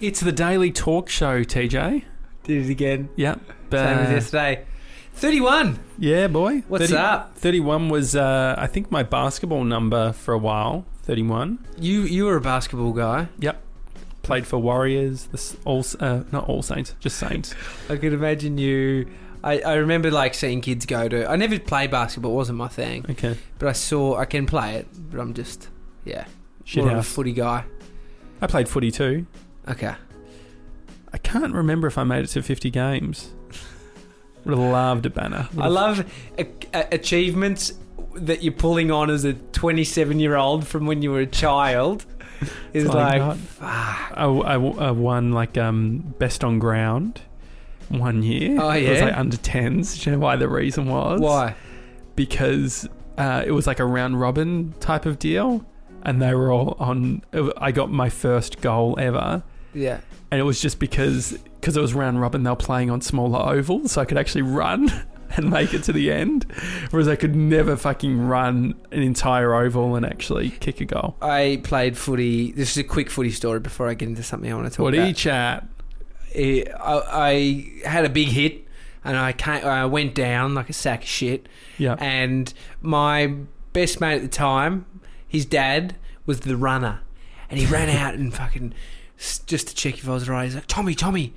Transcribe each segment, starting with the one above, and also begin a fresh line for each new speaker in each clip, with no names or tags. It's the daily talk show, TJ.
Did it again.
Yeah.
Same as
Uh,
yesterday. 31.
Yeah, boy.
What's up?
31 was, uh, I think, my basketball number for a while. 31.
You you were a basketball guy.
Played for Warriors, the S- all, S- uh, not all Saints, just Saints.
I could imagine you. I, I remember like seeing kids go to. I never played basketball. It wasn't my thing.
Okay.
But I saw I can play it. But I'm just yeah
Shit
more of a
house.
footy guy.
I played footy too.
Okay.
I can't remember if I made it to 50 games. Would have loved a banner.
I love a, a- achievements that you're pulling on as a 27 year old from when you were a child. Is
It's
like,
like not-
fuck.
I, I, I won like um, best on ground one year.
Oh,
It was
yeah?
like under 10s. Do you know why the reason was?
Why?
because uh, it was like a round robin type of deal, and they were all on. I got my first goal ever,
Yeah.
and it was just because because it was round robin. They were playing on smaller ovals, so I could actually run and make it to the end, whereas I could never fucking run an entire oval and actually kick a goal.
I played footy. This is a quick footy story before I get into something I want to talk
What
about.
do you chat?
it, I, I had a big hit and I came, I went down like a sack of shit.
Yeah.
And my best mate at the time, his dad was the runner, and he ran out and fucking s- just to check if I was right. He's like, Tommy, Tommy,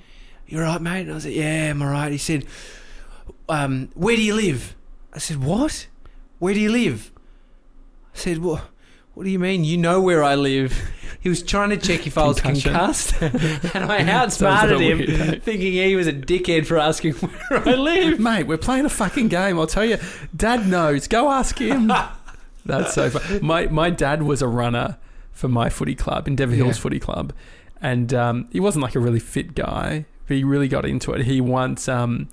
you all right, mate? And I was like, Yeah, I'm all right. He said, um, Where do you live? I said, What? Where do you live? I said, What? What do you mean? You know where I live. He was trying to check if I was
Concussion.
concussed, and I
Sounds a
outsmarted
bit
him,
weird, eh?
thinking he was a dickhead for asking where I live.
Mate, we're playing a fucking game. I'll tell you, Dad knows. Go ask him. That's so fun. My my dad was a runner for my footy club in Devon Hills
Yeah.
Footy Club, and um, he wasn't like a really fit guy, but he really got into it. He once um,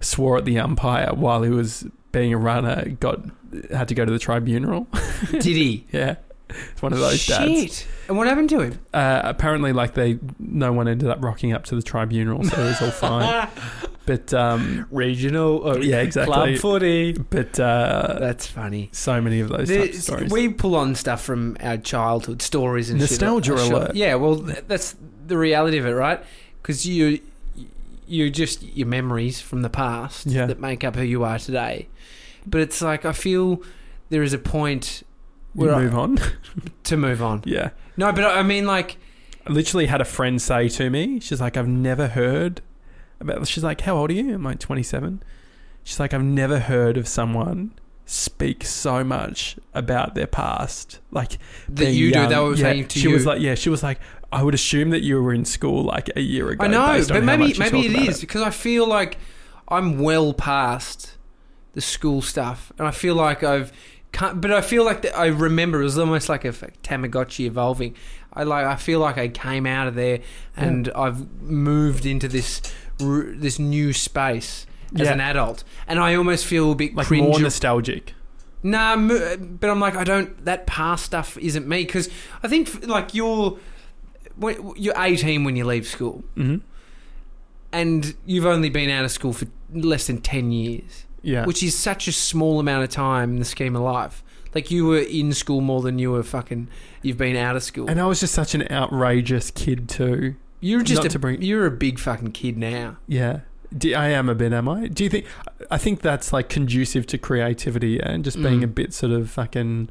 swore at the umpire while he was being a runner. Got had to go to the tribunal.
Did he?
yeah, it's one of those dads.
Shit. And what happened to him?
Uh, apparently, like they, no one ended up rocking up to the tribunal, so it was all fine. but um,
Regional oh,
yeah, exactly.
footy.
But uh,
That's funny.
so many of those types of
There's-
stories.
We pull on stuff from our childhood stories and shit.
Nostalgia
Sure.
alert.
Yeah, well, th- that's the reality of it, right? Because you, you just your memories from the past
Yeah.
that make up who you are today. But it's like I feel there is a point
we
where I-
move on.
to move on.
yeah.
No, but I I mean, like,
I literally had a friend say to me, she's like, I've never heard about, she's like, how old are you? I'm like, 27. She's like, I've never heard of someone speak so much about their past. Like,
that
being
you do
young.
that were
yeah,
saying to
she
you.
was like, yeah, she was like, I would assume that you were in school like a year ago.
I know,
based on
but
how
maybe
much you
maybe
talk
it
about
is because I feel like I'm well past the school stuff, and I feel like I've, can't, but I feel like that I remember it was almost like a f- Tamagotchi evolving. I like I feel like I came out of there and I've moved into this r- this new space as
Yeah.
an adult, and I almost feel a bit
Like
cringe.
more nostalgic.
Nah, mo- but I'm like, I don't. That past stuff isn't me because I think like you're when- you're 18 when you leave school,
hmm
and you've only been out of school for less than 10 years,
Yeah.
which is such a small amount of time in the scheme of life. Like you were in school more than you were fucking. You've been out of school.
and I was just such an outrageous kid too.
you're just
not
a,
to bring-
you're a big fucking kid now.
Yeah. Do, I am a bit, am I? Do you think? I think that's like conducive to creativity yeah? and just being
Mm.
a bit sort of fucking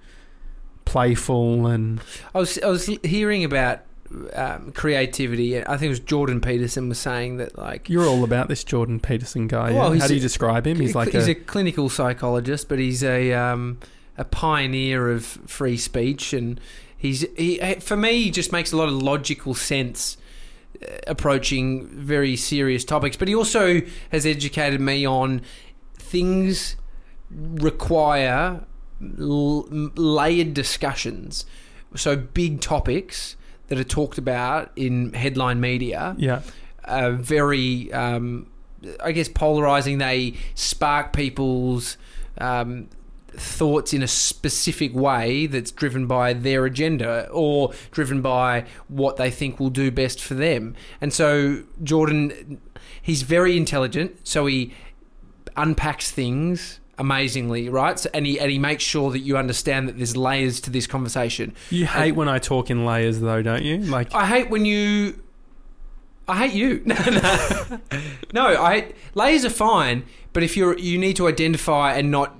playful and
I was I was hearing about um, creativity. I think it was Jordan Peterson was saying that like
you're all about this Jordan Peterson guy.
Well,
yeah?
he's
How do you
a-
describe him? He's like
he's a,
a,
clinical psychologist, but he's a um, a pioneer of free speech, and he's he for me he just makes a lot of logical sense uh, approaching very serious topics. But he also has educated me on things require l- layered discussions, so big topics that are talked about in headline media
yeah,
uh, very, um, I guess, polarizing. They spark people's um, thoughts in a specific way that's driven by their agenda or driven by what they think will do best for them. And so Jordan, he's very intelligent, so he unpacks things. Amazingly, right? So, and he and he makes sure that you understand that there's layers to this conversation.
You hate when I talk in layers, though, don't you? Like
I hate when you I hate you. No, no, no. I layers are fine, but if you're you need to identify and not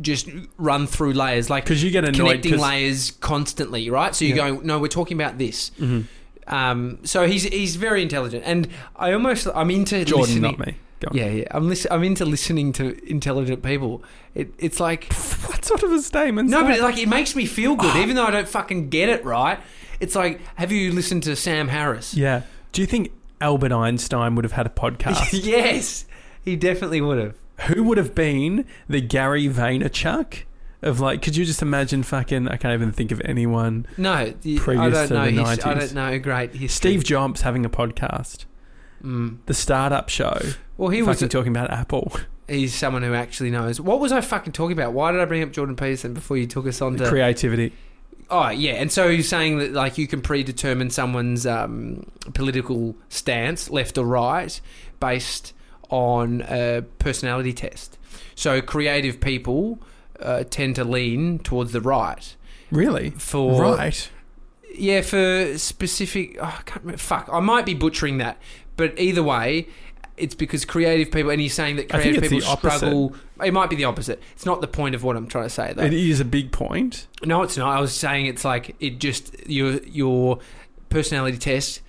just run through layers like
because you get annoyed.
connecting
'cause-
layers constantly, right? So you're
Yeah.
going, no, we're talking about this.
Mhm.
Um, so he's he's very intelligent, and I almost I'm into
Jordan,
listening.
not me. Go on.
Yeah, yeah. I'm lis- I'm into listening to intelligent people. It, it's like
What sort of a statement?
no, but it, like it makes me feel good,
Ah.
even though I don't fucking get it right. It's like, have you listened to Sam Harris?
yeah. Do you think Albert Einstein would have had a podcast?
yes, he definitely would have.
who would have been the Gary Vaynerchuk of like? Could you just imagine fucking? I can't even think of anyone.
No, the, I
Previous
don't
to
know.
the
his- I
90s.
don't know. Great, history.
Steve Jobs having a podcast,
Mm.
the startup show,
Well, he
fucking
was.
talking about Apple,
he's someone who actually knows. What was I fucking talking about? Why did I bring up Jordan Peterson before you took us on to?
creativity.
Oh yeah, and so he's saying that like you can predetermine someone's um, political stance, left or right, based on a personality test. So creative people uh, tend to lean towards the right
Really,
for
right?
yeah for specific. Oh, I can't remember. Fuck, I might be butchering that, but either way. It's because creative people, and he's saying that
I think
creative
it's
people
the opposite.
struggle. It might be the opposite. It's not the point of what I'm trying to say, though.
It is a big point.
No, it's not. I was saying it's like it just your your personality test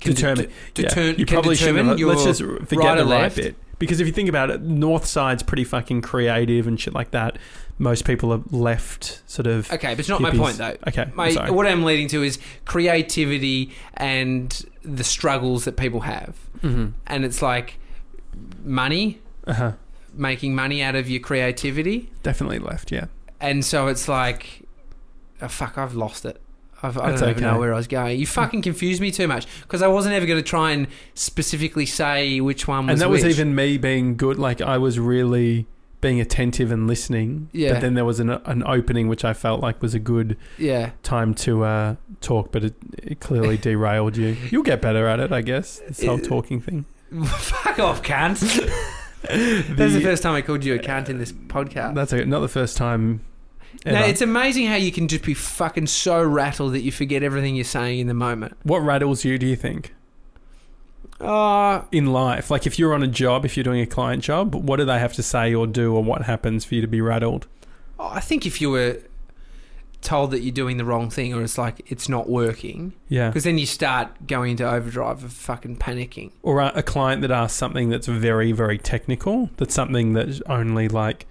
Determine.
de-
Yeah.
deter-
you
can
probably should.
determine your
Let's just forget
right
the
or
right
left.
bit because if you think about it, North Side's pretty fucking creative and shit like that. Most people are left sort of.
okay, but it's not my
hippies.
point though.
Okay,
My,
sorry.
what I'm leading to is creativity and the struggles that people have,
Mhm.
and it's like money,
Uh-huh.
making money out of your creativity,
Definitely left. Yeah.
and so it's like, oh, fuck, I've lost it. I've, I
That's
don't even
okay.
know where I was going. You fucking confused me too much because I wasn't ever going to try and specifically say which one was
and that was
which.
even me being good. Like I was really being attentive and listening.
Yeah.
But then there was an an opening which I felt like was a good
yeah.
time to uh, talk, but it, it clearly derailed you. You'll get better at it, I guess. This whole talking thing.
Fuck off, cunt. That's the first time I called you a cunt in this podcast.
That's okay. not the first time.
Now,
ever.
it's amazing how you can just be fucking so rattled that you forget everything you're saying in the moment.
what rattles you? Do you think
Uh,
in life? Like if you're on a job, if you're doing a client job, what do they have to say or do, or what happens for you to be rattled?
I think if you were told that you're doing the wrong thing or it's like it's not working,
Yeah.
because then you start going into overdrive of fucking panicking.
or a, a client that asks something that's very very technical that's something that only like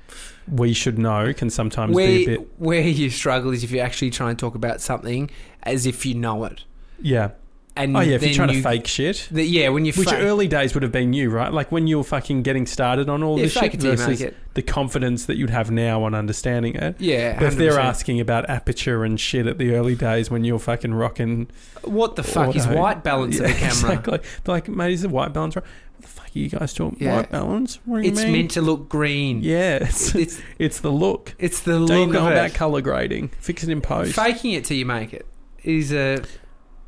we should know can sometimes be
Where,
a bit
where you struggle is if you actually try and talk about something as if you know it.
yeah
And
oh yeah if
then
you're trying
you-
to fake shit
the- yeah, when you
which
fake,
early days would have been you right like when you were fucking getting started on all
yeah,
this
fake
shit
it till you make
versus
it.
the confidence that you'd have now on understanding it
Yeah,
but if they're
100%.
asking about aperture and shit at the early days when you're fucking rocking
What the fuck is
Auto.
white balance of
Yeah,
the camera?
exactly they're like mate is the white balance right what the fuck are you guys talking
Yeah.
white balance what do you
It's
mean
meant to look green.
yeah it's,
It's
it's the look
it's the
Don't
look
you know
of
about
it.
color grading? Fix it in post.
Faking it till you make it is a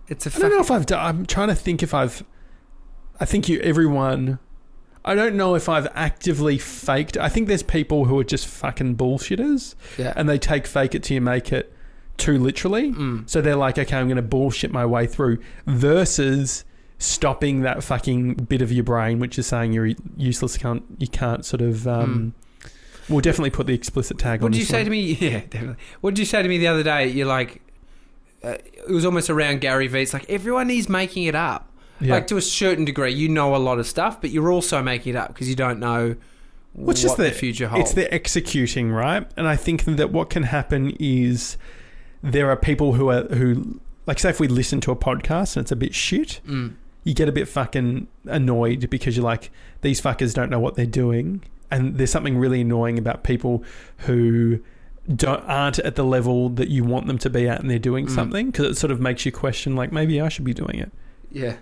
it's a
I don't know
fuck.
if I've done. I'm trying to think if I've. I think you everyone. I don't know if I've actively faked. I think there's people who are just fucking bullshitters,
Yeah.
and they take fake it till you make it too literally.
Mm.
So they're like, okay, I'm going to bullshit my way through. Versus stopping that fucking bit of your brain, which is saying you're useless, can't you can't sort of. Um, We'll definitely put the explicit tag on.
What did you
this
say
one.
to me? Yeah, definitely. What did you say to me the other day? You're like, uh, it was almost around Gary Vee. It's like everyone is making it up.
Yeah.
Like to a certain degree, you know a lot of stuff, but you're also making it up because you don't know
Which
what
is
the,
the-
future holds.
It's the executing, right? And I think that what can happen is there are people who are who like say if we listen to a podcast and it's a bit shit,
mm.
you get a bit fucking annoyed because you're like these fuckers don't know what they're doing, and there's something really annoying about people who don't aren't at the level that you want them to be at, and they're doing
Mm.
something because it sort of makes you question like maybe I should be doing it.
Yeah.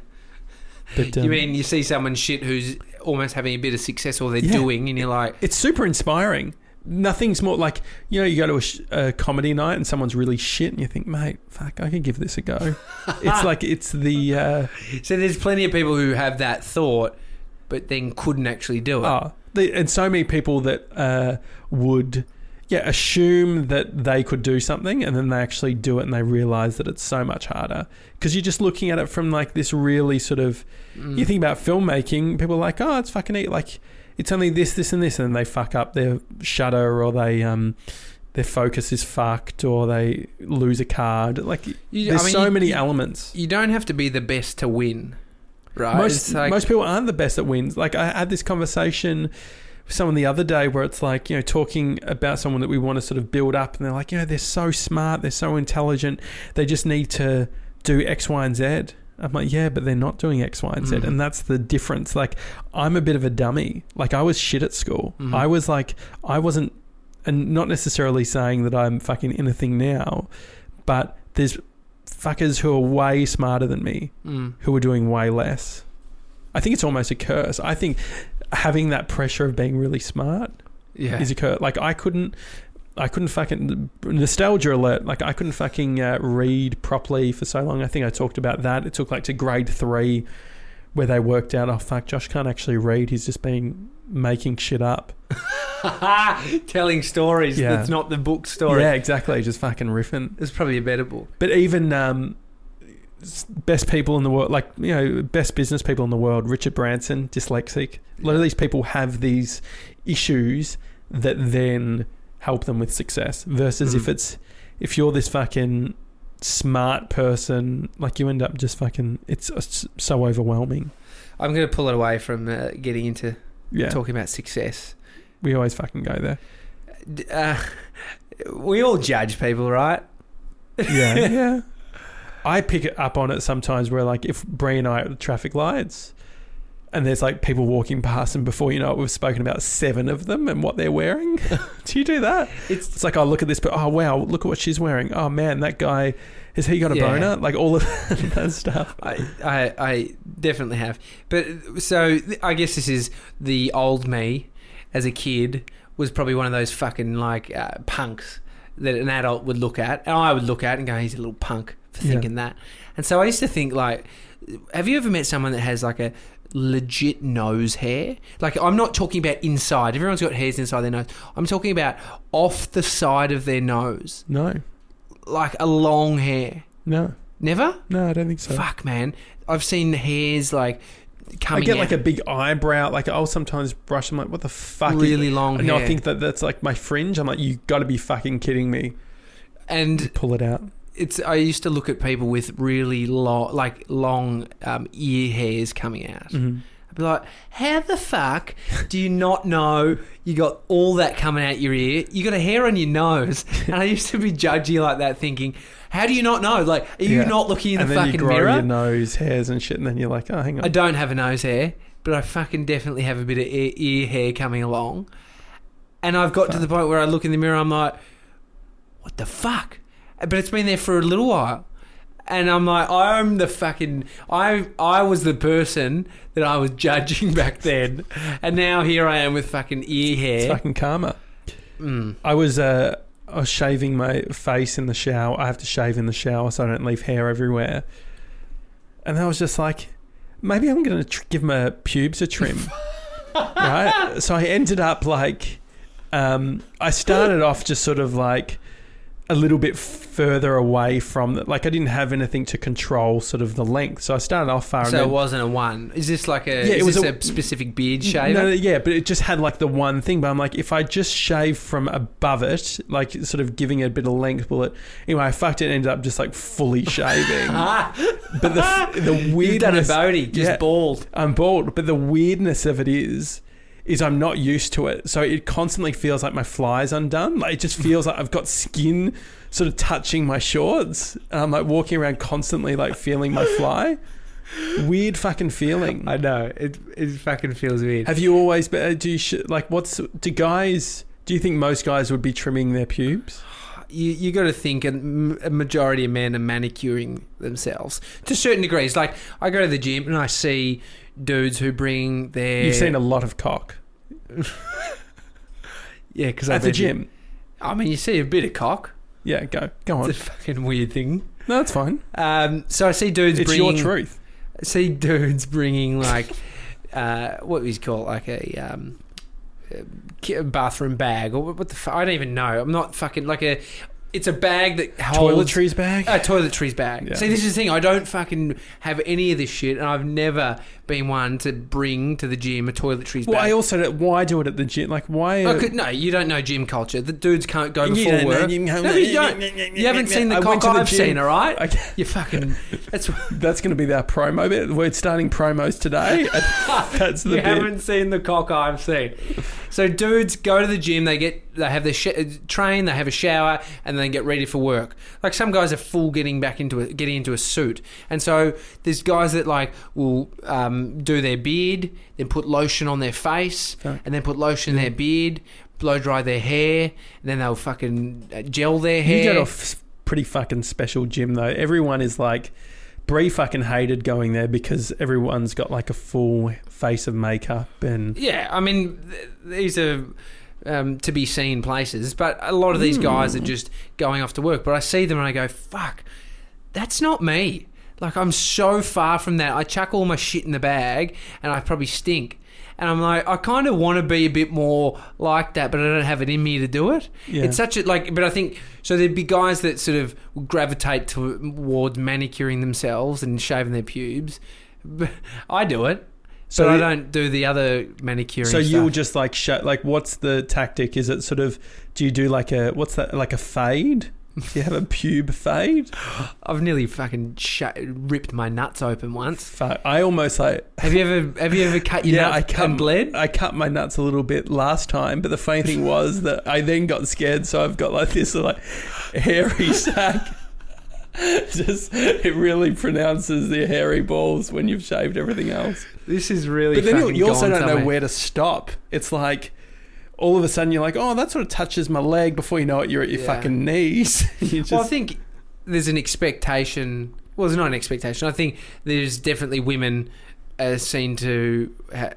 But um,
you mean you see someone shit who's almost having a bit of success or they're
Yeah.
doing, and you're like,
it's super inspiring. Nothing's more like you know you go to a, sh- a comedy night and someone's really shit and you think, mate, fuck, I could give this a go. it's like it's the uh,
So there's plenty of people who have that thought,
ah,
but then couldn't actually do it.
oh, the, and so many people that uh, would yeah, assume that they could do something and then they actually do it and they realize that it's so much harder. Because you're just looking at it from like this really sort of.
Mm.
You think about filmmaking, people are like, oh, it's fucking eat. Like, it's only this, this, and this. And they fuck up their shutter or they. um their focus is fucked, or they lose a card. Like
You- I
there's
mean,
so
you-
many
you-
elements.
You don't have to be the best to win, right?
most
It's like-
most people aren't the best at wins. Like I had this conversation with someone the other day where it's like you know talking about someone that we want to sort of build up, and they're like, you know, they're so smart, they're so intelligent, they just need to do X, Y, and Z. I'm like, yeah, but they're not doing X, Y, and Z,
Mm.
and that's the difference. Like I'm a bit of a dummy. Like I was shit at school.
Mhm.
I was like I wasn't, and not necessarily saying that I'm fucking anything now, but there's fuckers who are way smarter than me
Mm.
who are doing way less. I think it's almost a curse. I think having that pressure of being really smart
yeah.
is a curse. Like I couldn't, I couldn't fucking nostalgia alert. Like I couldn't fucking uh, read properly for so long. I think I talked about that. It took like to grade three, where they worked out, oh fuck, Josh can't actually read. He's just been making shit up.
Telling stories
Yeah.
that's not the book story.
Yeah, exactly. Just fucking riffing.
There's probably a better book.
But even um, s- best people in the world, like you know, best business people in the world, Richard Branson, dyslexic. A lot of these people have these issues that then help them with success. Versus if
Mhm.
it's if you're this fucking smart person, like you end up just fucking. It's s- so overwhelming.
I'm going to pull it away from uh, getting into
Yeah,
talking about success.
we always fucking go there.
D- Uh, we all judge people, right?
Yeah, yeah. I pick it up on it sometimes where like if Bree and I are at the traffic lights and there's like people walking past and before you know it we've spoken about seven of them and what they're wearing. do you do that?
It's
It's like oh look at this but oh wow, look at what she's wearing. Oh man, that guy has he got a
Yeah.
boner? Like all of that stuff.
I, I, I definitely have. But so th- I guess this is the old me as a kid was probably one of those fucking like uh, punks that an adult would look at, and I would look at and go, "He's a little punk for
Yeah.
thinking that." And so I used to think like, "Have you ever met someone that has like a legit nose hair?" Like I'm not talking about inside. Everyone's got hairs inside their nose. I'm talking about off the side of their nose,
No.
like a long hair.
No.
Never.
No, I don't think so.
Fuck, man. I've seen hairs like
I
coming
get
out
like a big eyebrow, like I'll sometimes brush I'm like, what the fuck is-
really long
no,
hair.
I think that that's like my fringe. I'm like, you got to be fucking kidding me.
and
Pull it out.
it's I used to look at people with really long, like long um, ear hairs coming out.
Mhm.
I'd be like, how the fuck do you not know you got all that coming out your ear? You got a hair on your nose, and I used to be judgy like that, thinking, how do you not know? Like, are you
Yeah.
not looking in
and
the
then
fucking
you grow
mirror?
your nose hairs and shit, and then you're like, oh, hang on.
I don't have a nose hair, but I fucking definitely have a bit of ear, ear hair coming along. And I've got to
Fuck.
the point where I look in the mirror, I'm like, what the fuck? But it's been there for a little while. And I'm like, I'm the fucking, I, I was the person that I was judging back then. And now here I am with fucking ear
it's
hair.
fucking karma.
Mm.
I was uh, I was shaving my face in the shower. I have to shave in the shower so I don't leave hair everywhere. And I was just like, maybe I'm gonna tr- give my pubes a trim, right? So I ended up like, um, I started off just sort of like a little bit further away from the, like I didn't have anything to control sort of the length. So I started off far. and
So
then-
it wasn't a one. Is this like a,
Yeah,
is
it was
this
a-
a, specific beard shaver?
No, no, yeah, but it just had like the one thing. But I'm like, if I just shave from above it, like sort of giving it a bit of length, will it? Anyway, I fucked it. and Ended up just like fully shaving.
Ah,
but the f- the
you've done a
weirdness,
Bodhi, just
Yeah.
bald.
I'm bald. But the weirdness of it is, is I'm not used to it. So it constantly feels like my fly's undone. Like it just feels like I've got skin sort of touching my shorts. And I'm like walking around constantly, like feeling my fly. Weird fucking feeling.
I know it. It fucking feels weird.
Have you always been? uh, Do you sh- like what's do guys? Do you think most guys would be trimming their pubes?
You you got to think, a, m- a majority of men are manicuring themselves to certain degrees. Like I go to the gym and I see dudes who bring their
You've seen a lot of cock
yeah because
at the gym.
I mean, you see a bit of cock.
Yeah, go go
It's
on.
a fucking weird thing.
No, that's fine.
Um, so I see dudes.
It's, your
bringing,
truth.
See dudes bringing like uh, what do you call it? like a um, ki- bathroom bag or what the fuck? I don't even know. I'm not fucking like a. It's a bag that holds
Toiletries bag.
a Uh, toiletries bag.
Yeah.
See, this is the thing. I don't fucking have any of this shit, and I've never been one to bring to the gym a toiletries
well, I
bag.
also don't- why do it at the gym? Like why?
I could- no, you don't know gym culture. The dudes can't go
You
before
don't know
work.
gym
no,
culture.
you don't. You haven't seen the
I went
cock
to the
I've
gym.
seen. All right,
Okay,
you fucking. That's
that's going to be their promo bit. We're starting promos today. that's the
you
bit.
haven't seen the cock I've seen. So dudes go to the gym, they get they have their sh- uh, train, they have a shower, and then get ready for work. Like some guys are full getting back into a, getting into a suit, and so there's guys that like will um, do their beard, then put lotion on their face,
Fuck.
and then put lotion in their beard, blow dry their hair, and then they'll fucking uh, gel their hair.
You go to a f- pretty fucking special gym though. Everyone is like, Bree fucking hated going there because everyone's got like a full face of makeup and
Yeah, I mean, th- these are um, to be seen places, but a lot of these guys are just going off to work. But I see them and I go, fuck, that's not me. Like, I'm so far from that. I chuck all my shit in the bag and I probably stink. And I'm like, I kind of want to be a bit more like that, but I don't have it in me to do it.
yeah.
It's such a like, but I think so. There'd be guys that sort of gravitate towards manicuring themselves and shaving their pubes. But I do it,
So
but I
you-
don't do the other manicuring.
so you'll
stuff.
just like show like what's the tactic? Is it sort of do you do like a what's that like a fade? Do you have a pube fade?
I've nearly fucking sh- ripped my nuts open once.
Fuck, I almost like
Have you ever? Have you ever cut your
yeah,
nuts
I cut
and bled?
I cut my nuts a little bit last time, but the funny thing was that I then got scared, so I've got like this like hairy sack. Just it really pronounces the hairy balls when you've shaved everything else.
This is really.
But then you,
fucking
you also don't
gone
know
somewhere.
where to stop. It's like all of a sudden you're like, oh, that sort of touches my leg. Before you know it, you're at your
Yeah.
fucking knees. you
well, I
just
think there's an expectation. Well, there's not an expectation. I think there's definitely women uh, seen to ha-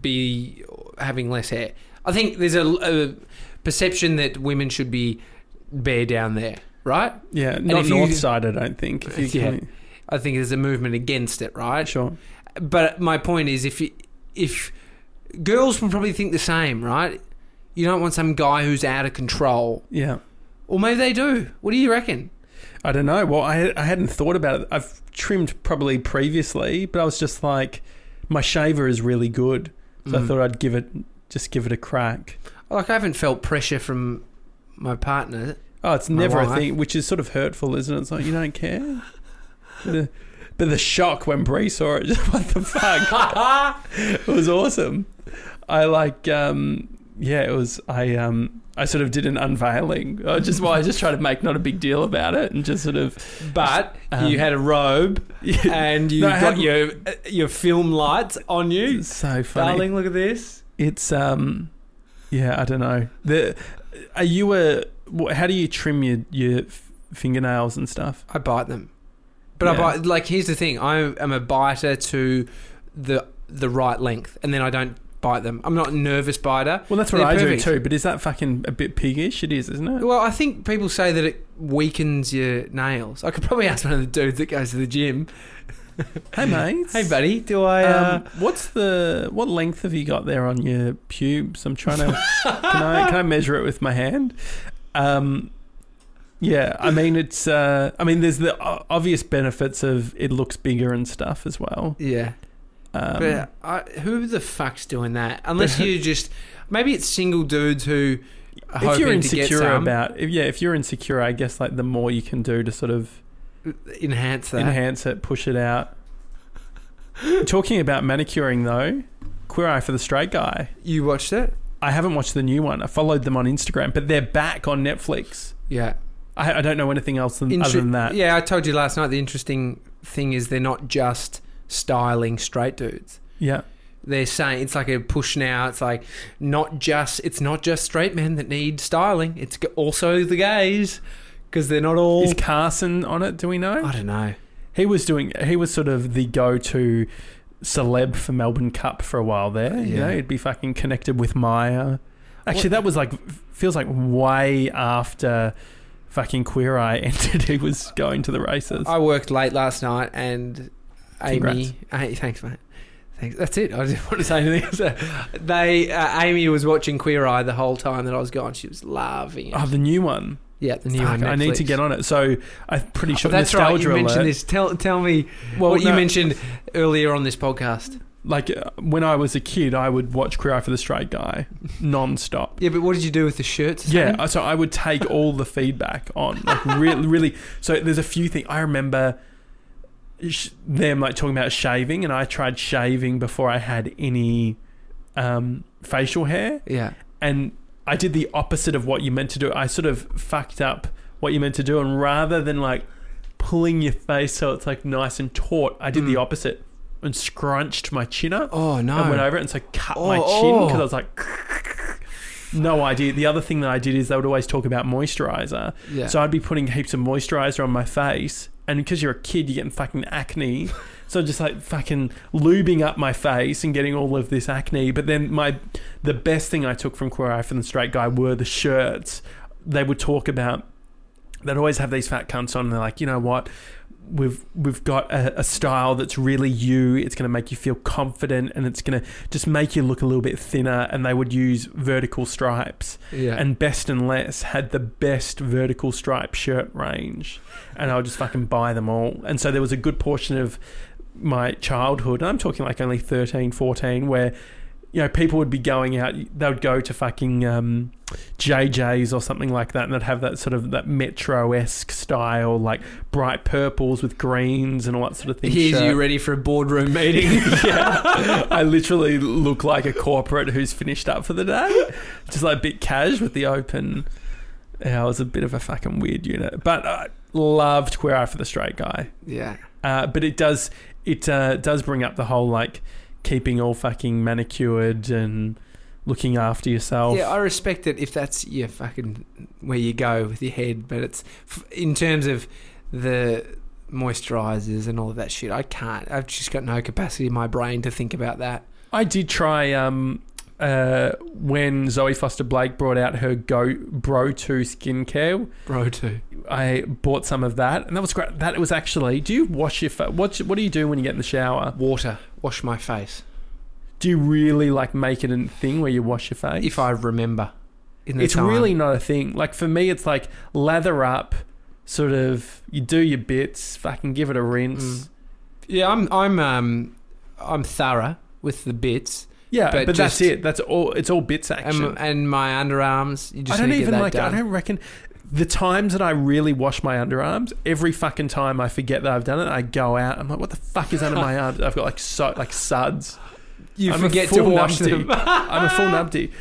be having less hair. I think there's a, a perception that women should be bare down there, right?
yeah, not
if you-
north side. I don't think. If you
Yeah.
can,
I think there's a movement against it, right?
sure.
But my point is, if you, if girls will probably think the same, right? You don't want some guy who's out of control,
Yeah.
or maybe they do. What do you reckon?
I don't know. Well, I I hadn't thought about it. I've trimmed probably previously, but I was just like, my shaver is really good, so I
Mm.
thought I'd give it just give it a crack.
Like I haven't felt pressure from my partner.
Oh, it's
My
never a
wife.
thing, which is sort of hurtful, isn't it? It's like you don't care. But the, but the shock when Bree saw it, just what the fuck? it was awesome. I like, um, yeah, it was. I um, I sort of did an unveiling. I just, well, I just tried to make not a big deal about it and just sort of.
But
Um,
you had a robe and you
No, I
got
had-
your your film lights on you,
It's so funny.
darling. Look at this.
It's um, yeah, I don't know. The are you a? wh- How do you trim your your f- fingernails and stuff?
I bite them, but I
Yeah.
bite. Like here's the thing: I am a biter to the the right length, and then I don't bite them. I'm not a nervous biter.
Well, that's what
They're
I
perfect.
do too. But is that fucking a bit piggish? It is, isn't it?
Well, I think people say that it weakens your nails. I could probably ask one of the dudes that goes to the gym.
Hey, mates.
Hey, buddy, do I? Uh,
Um, what's the what length have you got there on your pubes? I'm trying to can I can I measure it with my hand? Um, yeah, I mean it's uh, I mean there's the o- obvious benefits of it looks bigger and stuff as well.
yeah.
Um,
but I, who the fuck's doing that? Unless you just maybe it's single dudes who. Are
if you're
hoping to get
insecure
some.
about if, yeah if you're insecure i guess like the more you can do to sort of
enhance that.
enhance it push it out talking about manicuring though queer eye for the straight guy
You watched it?
i haven't watched the new one i followed them on instagram but they're back on netflix
Yeah.
i, I don't know anything else than,
Inter-
other than that
Yeah, I told you last night. The interesting thing is they're not just styling straight dudes.
yeah
They're saying it's like a push now. It's like not just it's not just straight men that need styling. It's g- also the gays because they're not all.
is carson on it do we know
I don't know.
he was doing he was sort of the go-to celeb for melbourne cup for a while there you
Yeah.
know he'd be fucking connected with maya Actually, that was like feels like way after fucking Queer Eye entered. He was going to the races.
I worked late last night, and Amy,
Congrats.
hey, thanks, mate. Thanks. That's it. I didn't want to say anything. So they, uh, Amy was watching Queer Eye the whole time that I was gone. She was loving it.
Oh, the new one.
yeah, the new
Fuck,
one.
I need to
Netflix.
get on it. So I'm pretty
Oh,
sure
that's right.
nostalgia
You mentioned
alert.
this. Tell tell me
Well,
what you
no.
mentioned earlier on this podcast.
Like uh, when I was a kid, I would watch Queer Eye for the Straight Guy non-stop.
Yeah, but what did you do with the shirts? or
Yeah,
something?
uh, so I would take all the feedback on like really, really. So there's a few things I remember sh- them like talking about shaving, and I tried shaving before I had any um, facial hair,
yeah.
and I did the opposite of what you meant to do. I sort of fucked up what you meant to do, and rather than like pulling your face so it's like nice and taut, I did the
Mm.
opposite and scrunched my chin up
Oh no.
and went over it and so cut my
Oh,
chin
oh.
because I was like, no idea. The other thing that I did is they would always talk about moisturizer.
yeah.
So I'd be putting heaps of moisturizer on my face. And because you're a kid, you're getting fucking acne. so just like fucking lubing up my face and getting all of this acne. But then my, the best thing I took from Queer Eye for the Straight Guy were the shirts. They would talk about, they'd always have these fat cunts on. And they're like, you know what? We've we've got a, a style that's really you. It's going to make you feel confident, and it's going to just make you look a little bit thinner. And they would use vertical stripes,
yeah.
and Best and Less had the best vertical stripe shirt range, and I would just fucking buy them all. And so there was a good portion of my childhood, and I'm talking like only 13, 14, where you know people would be going out, they would go to fucking um, JJ's or something like that, and they'd have that sort of that metro esque style, like bright purples with greens and all that sort of thing.
Here's
shirt.
you ready for a boardroom meeting.
yeah, I literally look like a corporate who's finished up for the day, just like a bit cash with the open. Yeah, I was a bit of a fucking weird unit, but I loved Queer Eye for the Straight Guy.
yeah.
Uh, but it does it uh, does bring up the whole like keeping all fucking manicured and looking after yourself.
Yeah, I respect it if that's your fucking where you go with your head, but it's f- in terms of the moisturizers and all of that shit. I can't. I've just got no capacity in my brain to think about that.
I did try um, uh, when Zoe Foster Blake brought out her Go Bro Two skincare.
Bro, too.
I bought some of that, and that was great. That was actually. Do you wash your face? What What do you do when you get in the shower?
Water. Wash my face
Do you really like make it a thing where you wash your face?
if I remember. In the
it's
time.
really not a thing. Like for me, it's like lather up, sort of. You do your bits, fucking give it a rinse.
Mm. Yeah, I'm. I'm. Um. I'm thorough with the bits
Yeah, but,
But
that's
just-
it. That's all. It's all bits action.
and, and my underarms. You
I
just
don't
need to get
even
that
like.
done.
I don't reckon. The times that I really wash my underarms, every fucking time I forget that I've done it, I go out. I'm like, what the fuck is under my arms? I've got like so like suds.
you
I'm a
forget to
full
wash
numpty.
them.
I'm a full numpty.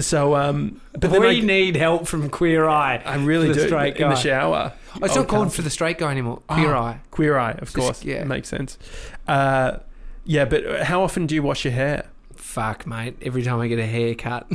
So, um, but then
we
I,
need help from Queer Eye.
I really
for the
do
straight
in the
guy.
shower.
Oh, it's
Oh,
not called
can't-
for the straight guy anymore. Queer
Ah.
Eye.
Queer eye, of
Just-
course,
yeah.
makes sense. Uh, yeah, but how often do you wash your hair?
Fuck, mate. Every time I get a haircut.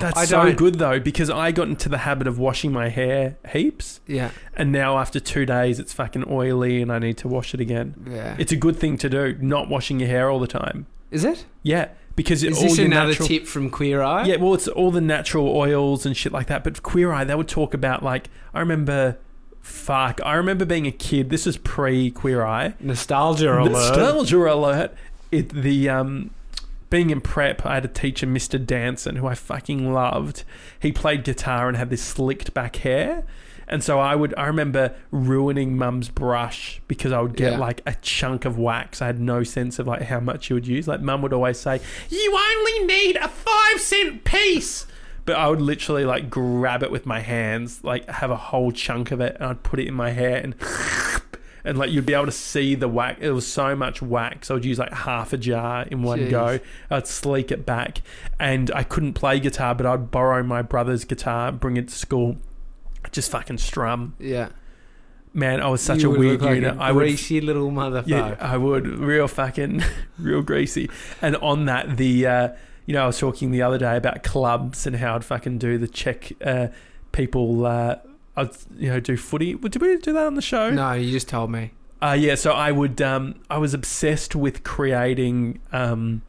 That's
I
so
don't-
good though, because I got into the habit of washing my hair heaps,
yeah.
and now after two days, it's fucking oily, and I need to wash it again.
Yeah.
It's a good thing to do, not washing your hair all the time.
Is it?
Yeah, because it
Is
all
this
your
another
natural-
tip from Queer Eye?
Yeah, well, it's all the natural oils and shit like that. But Queer Eye, they would talk about like I remember, fuck, I remember being a kid. This is pre Queer Eye.
Nostalgia alert.
Nostalgia alert! It the um, being in prep, I had a teacher, Mr. Danson, who I fucking loved. He played guitar and had this slicked back hair. And so I would, I remember ruining mum's brush because I would get
Yeah.
like a chunk of wax. I had no sense of like how much you would use. Like mum would always say, "You only need a five cent piece." But I would literally like grab it with my hands, like have a whole chunk of it, and I'd put it in my hair and and like you'd be able to see the wax. It was so much wax. I would use like half a jar in one
Jeez.
go. I'd sleek it back, and I couldn't play guitar, but I'd borrow my brother's guitar, bring it to school, just fucking strum.
Yeah.
Man, I was such
You
a
would
weird
look like
unit.
a
I would
greasy little motherfucker.
yeah, I would. Real fucking, real greasy. And on that, the, uh, you know, I was talking the other day about clubs and how I'd fucking do the check uh, people, uh, I'd, you know, do footy. Did we do that on the show?
No, you just told me.
Uh, yeah, so I would, um, I was obsessed with creating um,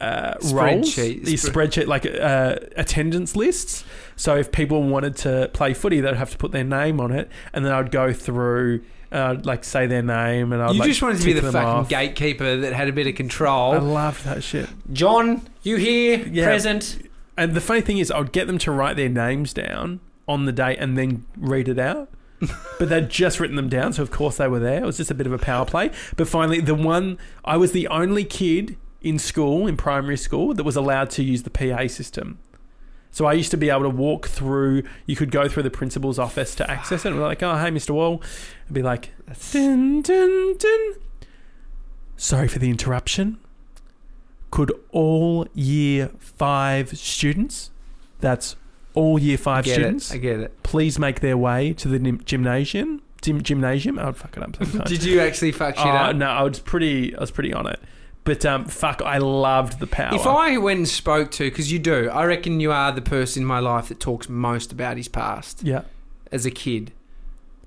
uh, roles,
Spreadsheets.
these spreadsheet like uh, attendance lists. So if people wanted to play footy, they'd have to put their name on it, and then I'd go through uh, like say their name, and I'd
you
like,
just wanted to be
tick
the
them
fucking
off.
gatekeeper that had a bit of
I
control.
loved that shit.
John, you here?
Yeah.
Present.
And the funny thing is, I would get them to write their names down on the day and then read it out. but they'd just written them down, so of course they were there. It was just a bit of a power play. But finally, the one I was the only kid in school, in primary school, that was allowed to use the PA system. So I used to be able to walk through. You could go through the principal's office to access it. And we're like, "Oh, hey, Mr. Wall," and be like, Dun, dun, dun. Sorry for the interruption. Could all year five students, that's all year five
get
students,
it. I get it.
please make their way to the gym- gymnasium? Gym- gymnasium? I would fuck it up sometimes.
Did you actually fuck shit
Oh,
up?
No, I was pretty. I was pretty on it. But um, fuck, I loved the power.
If I went and spoke to, because you do, I reckon you are the person in my life that talks most about his past
yeah,
as a kid.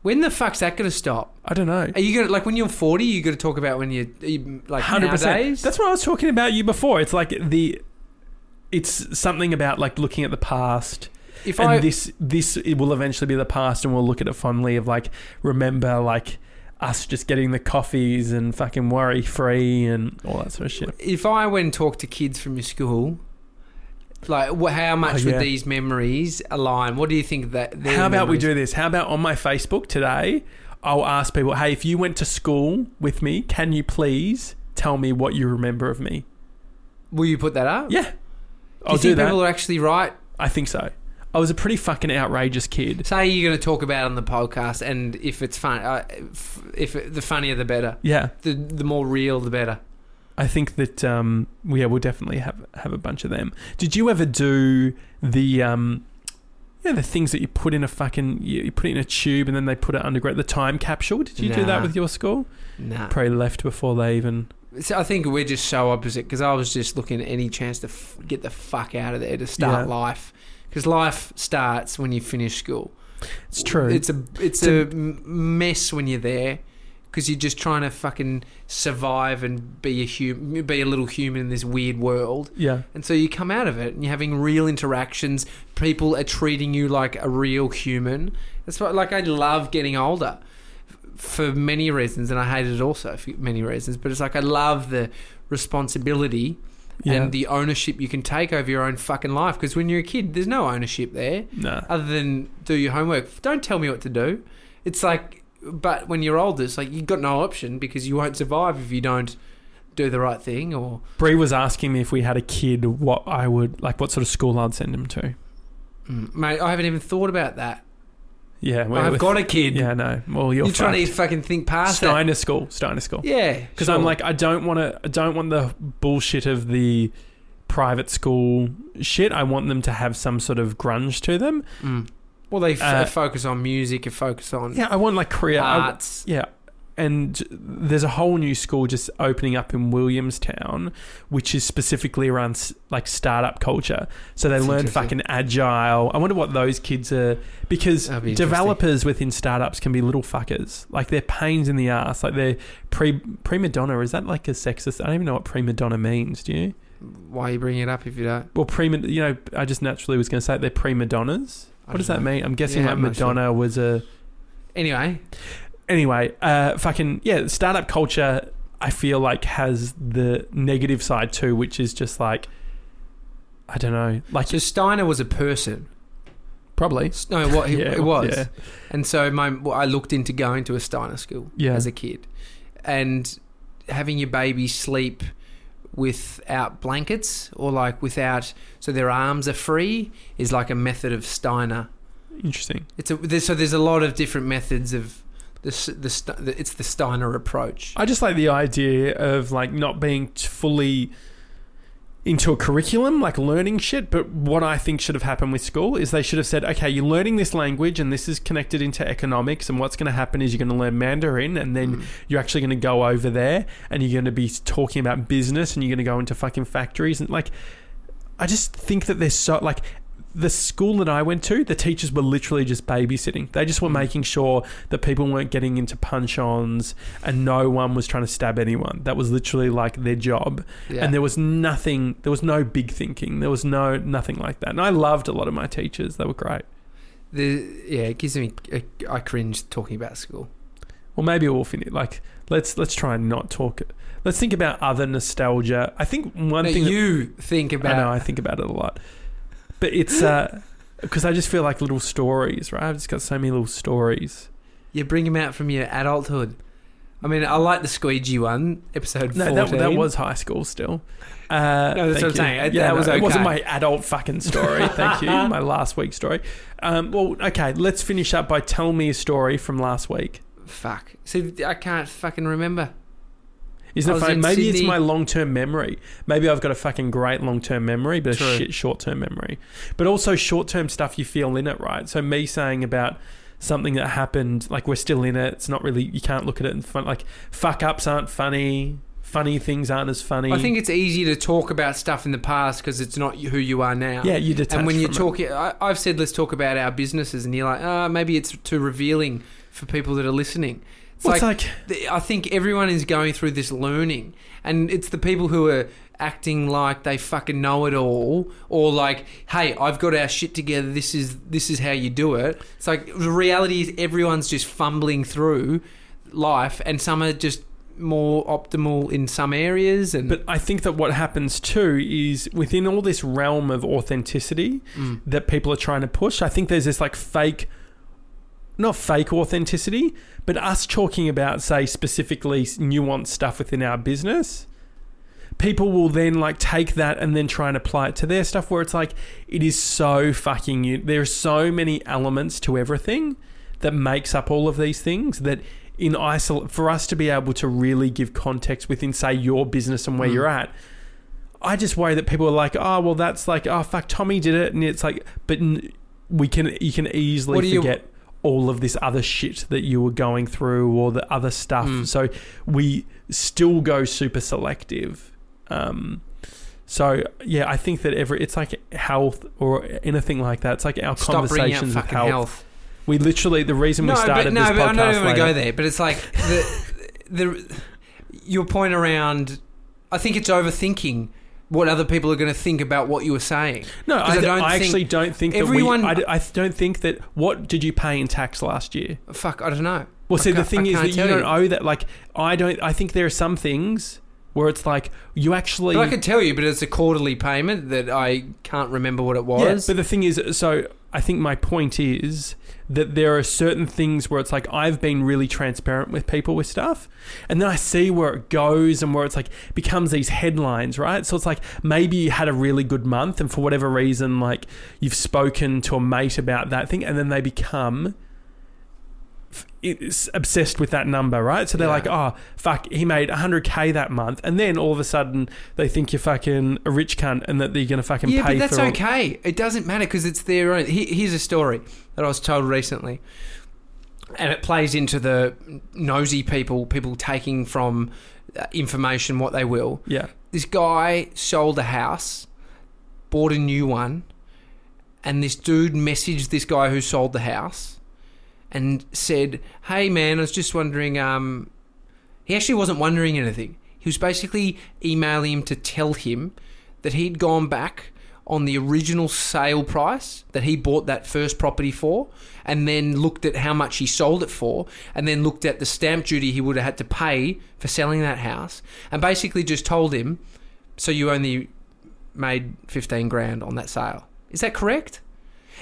When the fuck's that going to stop?
I don't know.
Are you gonna like when you're 40? You got to talk about when you're you- like 100%. nowadays.
That's what I was talking about you before. It's like the. It's something about like looking at the past
if
and
I
this this it will eventually be the past, and we'll look at it fondly of like remember like us just getting the coffees and fucking worry free and all that sort of shit.
if I went and talked to kids from your school, like wh- how much
Oh, yeah.
would these memories align? What do you think that? their
How about we
memories-
do this? How about on my Facebook today, I'll ask people, hey, if you went to school with me, can you please tell me what you remember of me?
Will you put that up?
Yeah,
Do you
I'll
think
do that.
people are actually right?
I think so. I was a pretty fucking outrageous kid.
Say you're going to talk about it on the podcast, and if it's fun, uh, if, if it, the funnier the better,
Yeah,
the the more real the better.
I think that um, yeah, we'll definitely have have a bunch of them. Did you ever do the um, yeah the things that you put in a fucking you, you put it in a tube and then they put it underground the time capsule? Did you do that
Nah.
with your school?
Nah.
Probably left before they even.
So I think we're just so opposite because I was just looking at any chance to f- get the fuck out of there to start
Yeah.
life. 'Cause life because life starts when you finish school.
It's true.
It's a it's
To-
a m- mess when you're there because you're just trying to fucking survive and be a hum- be a little human in this weird world.
yeah,
And so you come out of it and you're having real interactions. People are treating you like a real human. That's why, like, I love getting older f- for many reasons, and I hate it also for many reasons. But it's like I love the responsibility
yeah.
and the ownership you can take over your own fucking life. Because when you're a kid, there's no ownership there
no.
other than do your homework. Don't tell me what to do. It's like, but when you're older, it's like you've got no option because you won't survive if you don't do the right thing or
Bree was asking me if we had a kid, what I would like, what sort of school I'd send him to.
Mm, Mate, I haven't even thought about that.
Yeah, we-
I've
with-
got a kid.
Yeah, no. Well, you're,
You're trying to
fucked.
fucking think past that.
Steiner School, Steiner School.
Yeah,
because
sure.
I'm like I don't want to I don't want the bullshit of the private school shit. I want them to have some sort of grunge to them.
Mm. well, they f-
uh,
focus on music, and focus on
Yeah, I want like Korea. I-
arts.
yeah. And there's a whole new school just opening up in Williamstown, which is specifically around s- like startup culture. So they
That's
learn
interesting.
fucking agile. I wonder what those kids are because
That'd be interesting.
developers within startups can be little fuckers. Like they're pains in the ass. Like they're pre prima donna. Is that like a sexist? I don't even know what prima donna means. Do you?
Why are you bringing it up if you don't?
Well, prima. You know, I just naturally was going to say it, they're prima donnas.
I
What does that
don't know.
mean? I'm guessing
Yeah,
like
I'm not sure.
Madonna was a
Anyway,
anyway, uh, fucking yeah, startup culture. I feel like has the negative side too, which is just like I don't know, like
so Steiner was a person.
probably
S- No, what he,
Yeah,
it was.
yeah.
And so my, well, I looked into going to a Steiner school
Yeah.
as a kid, and having your baby sleep without blankets or like without so their arms are free is like a method of Steiner
interesting.
It's a there's, so there's a lot of different methods of the s- the, st- the it's the Steiner approach.
I just like the idea of like not being t- fully into a curriculum, like learning shit. But what I think should have happened with school is they should have said, okay, you're learning this language and this is connected into economics. And what's going to happen is you're going to learn Mandarin and then
Mm.
you're actually going to go over there and you're going to be talking about business and you're going to go into fucking factories and like i just think that there's so like the school that i went to the teachers were literally just babysitting they just were
Mm.
making sure that people weren't getting into punch-ons and no one was trying to stab anyone that was literally like their job
yeah.
and there was nothing there was no big thinking there was no nothing like that and i loved a lot of my teachers they were great
the, yeah, it gives me I I cringe talking about school.
Or maybe we'll finish. Like let's let's try and not talk. Let's think about other nostalgia. I think one
Now,
thing that-
you think
I know
about
I think about it a lot, but it's because I just feel like little stories, right? I've just got so many little stories.
you bring him out from your adulthood. I mean, I like the squeegee one, episode
No,
14.
that, that was high school still. Uh,
No, that's
thank
what I'm
you.
saying. That-
Yeah,
that
no,
was
It wasn't my
okay.
adult fucking story. Thank you. My last week's story. Um, well, okay, let's finish up by tell me a story from last week.
Fuck. See, I can't fucking remember. I
Isn't it
was
funny?
in
Maybe it's
Sydney-
my long term memory. Maybe I've got a fucking great long term memory, but
True.
a shit short term memory. But also short term stuff you feel in it, right? So me saying about something that happened, like we're still in it. It's not really you can't look at it and fun like fuck ups aren't funny. Funny things aren't as funny.
I think it's easy to talk about stuff in the past because it's not who you are now.
yeah, you detach.
And when you're
from it.
talking, I, I've said let's talk about our businesses, and you're like, ah, maybe it's too revealing for people that are listening. It's
Well, it's
like,
like
the- I think everyone is going through this learning, and it's the people who are acting like they fucking know it all, or like, hey, I've got our shit together. This is this is how you do it. It's like the reality is everyone's just fumbling through life, and some are just more optimal in some areas, and
But I think that what happens too is within all this realm of authenticity
Mm.
that people are trying to push, I think there's this like fake, not fake authenticity, but us talking about, say, specifically nuanced stuff within our business. People will then like take that and then try and apply it to their stuff where it's like, it is so fucking, u- there are so many elements to everything that makes up all of these things that in isol for us to be able to really give context within say your business and where
Mm.
you're at i just worry that people are like oh well that's like oh fuck tommy did it and it's like but n- we can you can easily
What do you-
forget all of this other shit that you were going through or the other stuff
Mm.
so we still go super selective um so yeah i think that every it's like health or anything like that it's like our
stop bringing up
conversations with
fucking
health.
health.
we literally the reason we started
but, no,
this
but
podcast
I don't even want to
later-
go there. But it's like the, the your point around. I think it's overthinking what other people are going to think about what you were saying.
No, I,
Because I
don't
don't
I
think-
actually don't think
Everyone-
that we. I d- I, don't think that. What did you pay in tax last year?
Fuck, I don't know.
Well,
I
see, the
can't-
thing
I
is
can't
that you
tell
don't
you.
owe that. Like, I don't. I think there are some things where it's like you actually.
But I could tell you, but it's a quarterly payment that I can't remember what it
Yeah,
was.
but the thing is, so I think my point is that there are certain things where it's like I've been really transparent with people with stuff, and then I see where it goes and where it's like becomes these headlines, right? So it's like maybe you had a really good month, and for whatever reason, like you've spoken to a mate about that thing, and then they become. f- It's obsessed with that number, right? So they're
Yeah.
like, "Oh, fuck! He made 100k that month," and then all of a sudden they think you're fucking a rich cunt, and that you're gonna fucking
yeah,
pay
but that's
for all-
okay. It doesn't matter because it's their own. He- Here's a story that I was told recently, and it plays into the nosy people, people taking from uh, information what they will.
Yeah.
this guy sold a house, bought a new one, and this dude messaged this guy who sold the house and said, "Hey man, I was just wondering." Um, he actually wasn't wondering anything. He was basically emailing him to tell him that he'd gone back on the original sale price that he bought that first property for and then looked at how much he sold it for and then looked at the stamp duty he would have had to pay for selling that house and basically just told him so you only made 15 grand on that sale is that correct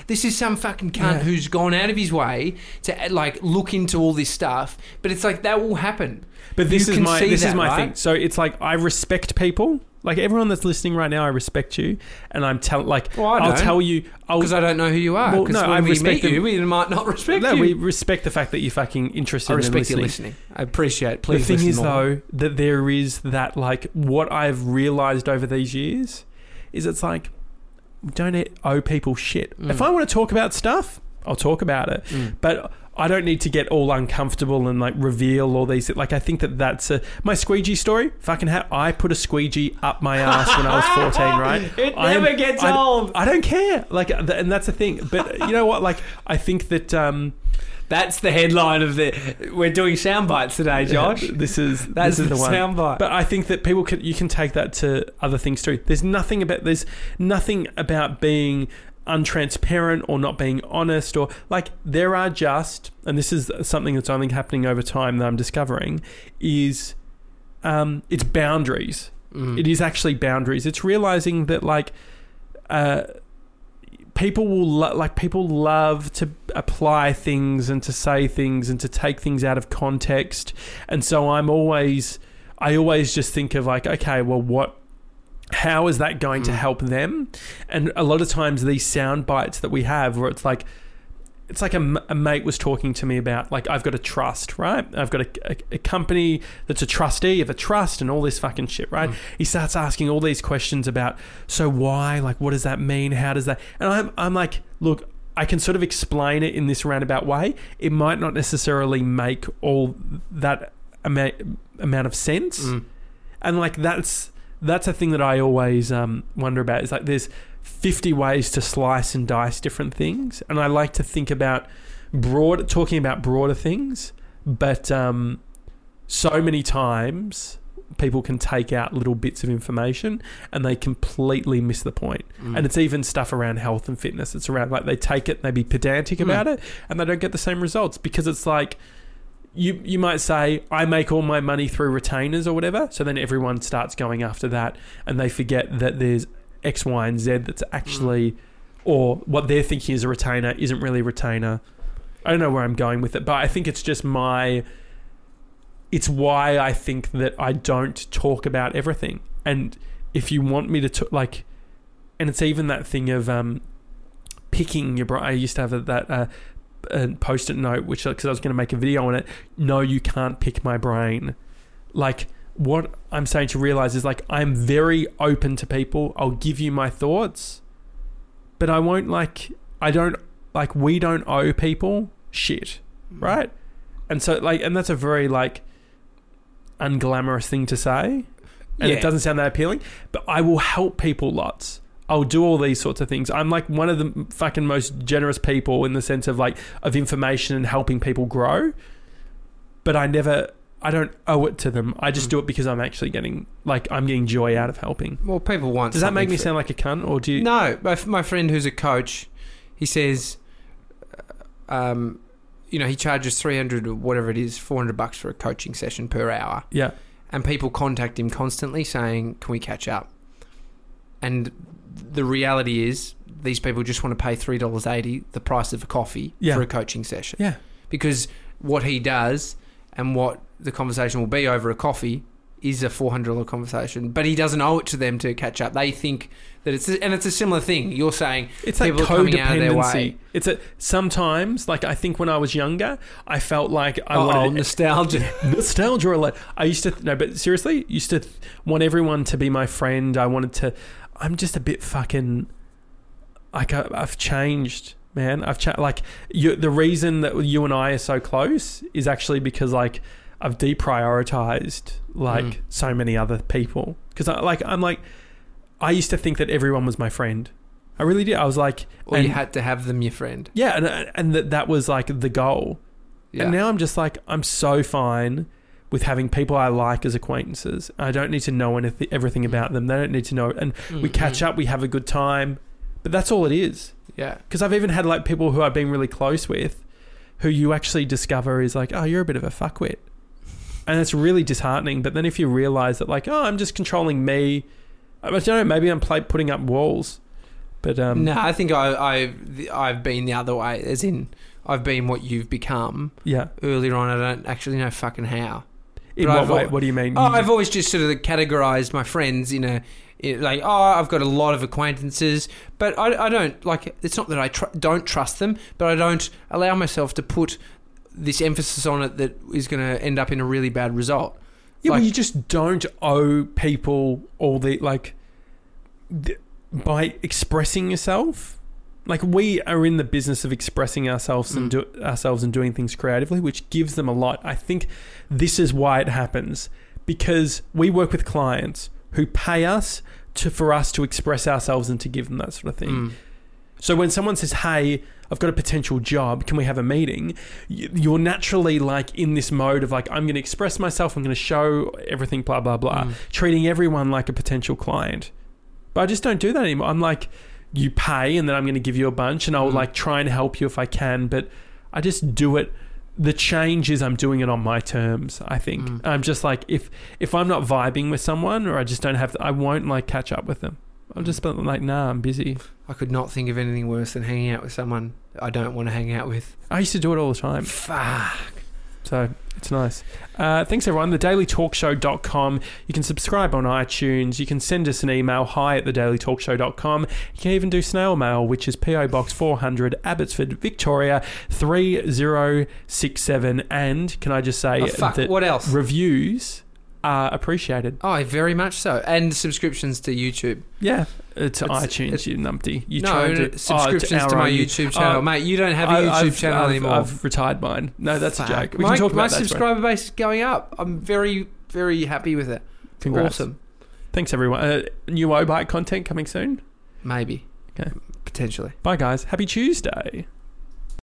this is some fucking cunt
Yeah.
who's gone out of his way to like look into all this stuff but it's like that will happen
But this
You
is
can
my
see
this is
that,
my
right?
thing. So it's like I respect people. Like everyone that's listening right now, I respect you, and I'm tell like
Well, I
I'll
don't.
tell you. I'll
because I don't know who you are.
Well,
Because
no,
when
I
we
respect
meet
them.
you, we might not respect
no,
you.
we respect the fact that you're fucking interested.
I
in
respect
listening.
you listening. I appreciate. it.
The
Please.
thing
listen
is
more.
though that there is that like what I've realized over these years is it's like don't e-, owe people shit.
Mm.
If I want to talk about stuff, I'll talk about it.
Mm.
but I don't need to get all uncomfortable and like reveal all these. Like I think that that's a my squeegee story. Fucking ha- I put a squeegee up my ass when I was fourteen, right?
It
I am-
never gets
I-
old.
I don't care. Like, th- and that's the thing. But you know what? Like, I think that um,
That's the headline of the. We're doing sound bites today, Josh.
this is
That's
this is
the
the one.
sound bite.
But I think that people can you can take that to other things too. There's nothing about there's nothing about being untransparent or not being honest or like there are just and this is something that's only happening over time that I'm discovering is um, it's boundaries.
Mm.
It is actually boundaries. It's realizing that like uh, people will lo- like people love to apply things and to say things and to take things out of context, and so I'm always I always just think of like okay, well what. How is that going to
Mm.
help them? And a lot of times, these sound bites that we have, where it's like, it's like a, m- a mate was talking to me about like I've got a trust, right? I've got a, a, a company that's a trustee of a trust and all this fucking shit, right?
Mm.
He starts asking all these questions about so why, like what does that mean? How does that? And I'm I'm like, look, I can sort of explain it in this roundabout way. It might not necessarily make all that amount amount of sense
Mm.
and like that's that's a thing that I always um, wonder about. Is like there's 50 ways to slice and dice different things, and I like to think about broad talking about broader things, but um, so many times people can take out little bits of information and they completely miss the point.
Mm.
And it's even stuff around health and fitness. It's around like they take it and they be pedantic
Mm.
about it and they don't get the same results because it's like you you might say I make all my money through retainers or whatever. So then everyone starts going after that and they forget that there's X, Y, and Z that's actually or what they're thinking is a retainer isn't really a retainer. I don't know where I'm going with it, but I think it's just my it's why I think that I don't talk about everything. And if you want me to t- like and it's even that thing of um picking your bro I used to have that uh uh, post-it note which because I was going to make a video on it no you can't pick my brain like what I'm saying to realize is like I'm very open to people I'll give you my thoughts but I won't like I don't like we don't owe people shit right and so like and that's a very like unglamorous thing to say and
Yeah.
it doesn't sound that appealing. But I will help people lots. I'll do all these sorts of things. I'm like one of the fucking most generous people in the sense of like of information and helping people grow. But I never, I don't owe it to them. I just
Mm.
do it because I'm actually getting like I'm getting joy out of helping.
Well, people want.
Does that make
something
me
for-
sound like a cunt, or do you?
No, my, f- my friend who's a coach, he says, uh, um, you know, he charges three hundred or whatever it is, four hundred bucks for a coaching session per hour,
Yeah,
and people contact him constantly saying, "Can we catch up?" And the reality is, these people just want to pay three dollars eighty, the price of a coffee,
Yeah.
for a coaching session.
Yeah.
because what he does and what the conversation will be over a coffee is a four hundred dollar conversation, but he doesn't owe it to them to catch up. They think that it's and it's a similar thing. You're saying
it's like
People coming out of their
codependency.
way.
It's a sometimes like I think when I was younger, I felt like I
oh,
wanted
nostalgia.
nostalgia alert. I used to no, but seriously, used to want everyone to be my friend. I wanted to. I'm just a bit fucking like I, I've changed, man. I've cha- like you, the reason that you and I are so close is actually because like I've deprioritized like
Mm.
so many other people because I like I'm like I used to think that everyone was my friend. I really did. I was like,
or you
and-
had to have them your friend.
yeah, and and that that was like the goal.
Yeah.
And now I'm just like, I'm so fine with having people I like as acquaintances. I don't need to know anything, everything about them. They don't need to know. And we
Mm-hmm. Mm,
catch up, we have a good time. But that's all it is.
Yeah.
Because I've even had like people who I've been really close with who you actually discover is like, oh, you're a bit of a fuckwit. And it's really disheartening. But then if you realize that, like, oh, I'm just controlling me, I don't know, maybe I'm play- putting up walls. But um,
no, I think I, I've I've been the other way, as in I've been what you've become
yeah.
earlier on. I don't actually know fucking how.
In
But
what
I've
way?
al-
What do you mean?
Oh,
You-
I've always just sort of categorized my friends in a in like oh I've got a lot of acquaintances, but I, I don't like it's not that I tr- don't trust them, but I don't allow myself to put this emphasis on it that is going to end up in a really bad result.
Yeah,
Like-
but you just don't owe people all the like th- by expressing yourself. Like we are in the business of expressing ourselves and do, ourselves and doing things creatively, which gives them a lot. I think this is why it happens because we work with clients who pay us to for us to express ourselves and to give them that sort of thing.
Mm.
So when someone says, "Hey, I've got a potential job. Can we have a meeting?" Y- You're naturally like in this mode of like, "I'm going to express myself. I'm going to show everything." Blah blah blah.
Mm.
Treating everyone like a potential client, but I just don't do that anymore. I'm like, you pay and then I'm going to give you a bunch and I'll
Mm.
like try and help you if I can, but I just do it. The change is I'm doing it on my terms. I think
Mm.
I'm just like if if I'm not vibing with someone or I just don't have, I won't like catch up with them. I'm just
Mm.
like nah, I'm busy.
I could not think of anything worse than hanging out with someone I don't want to hang out with.
I used to do it all the time.
Fuck.
So it's nice. Uh, thanks, everyone. TheDailyTalkShow.com. You can subscribe on iTunes. You can send us an email, hi at TheDailyTalkShow.com. You can even do snail mail, which is P.O. Box 400, Abbotsford, Victoria 3067. And can I just say
Oh, fuck.
that
What else?
reviews are appreciated.
Oh, very much so. And subscriptions to YouTube.
Yeah, it's,
It's-
iTunes,
it's-
you numpty. You
no,
tried
no,
to- oh, it's
subscriptions
our
to my
own-
YouTube channel,
Oh,
mate. You don't have a YouTube
I- I've-
channel
I've-
anymore.
I've retired mine. No, that's a
Fuck.
joke. We
my
can talk about
my
that. tomorrow.
subscriber base is going up. I'm very, very happy with it.
Congrats.
Awesome.
Thanks, everyone. Uh, new O bike content coming soon.
Maybe.
Okay.
Potentially.
Bye, guys. Happy Tuesday.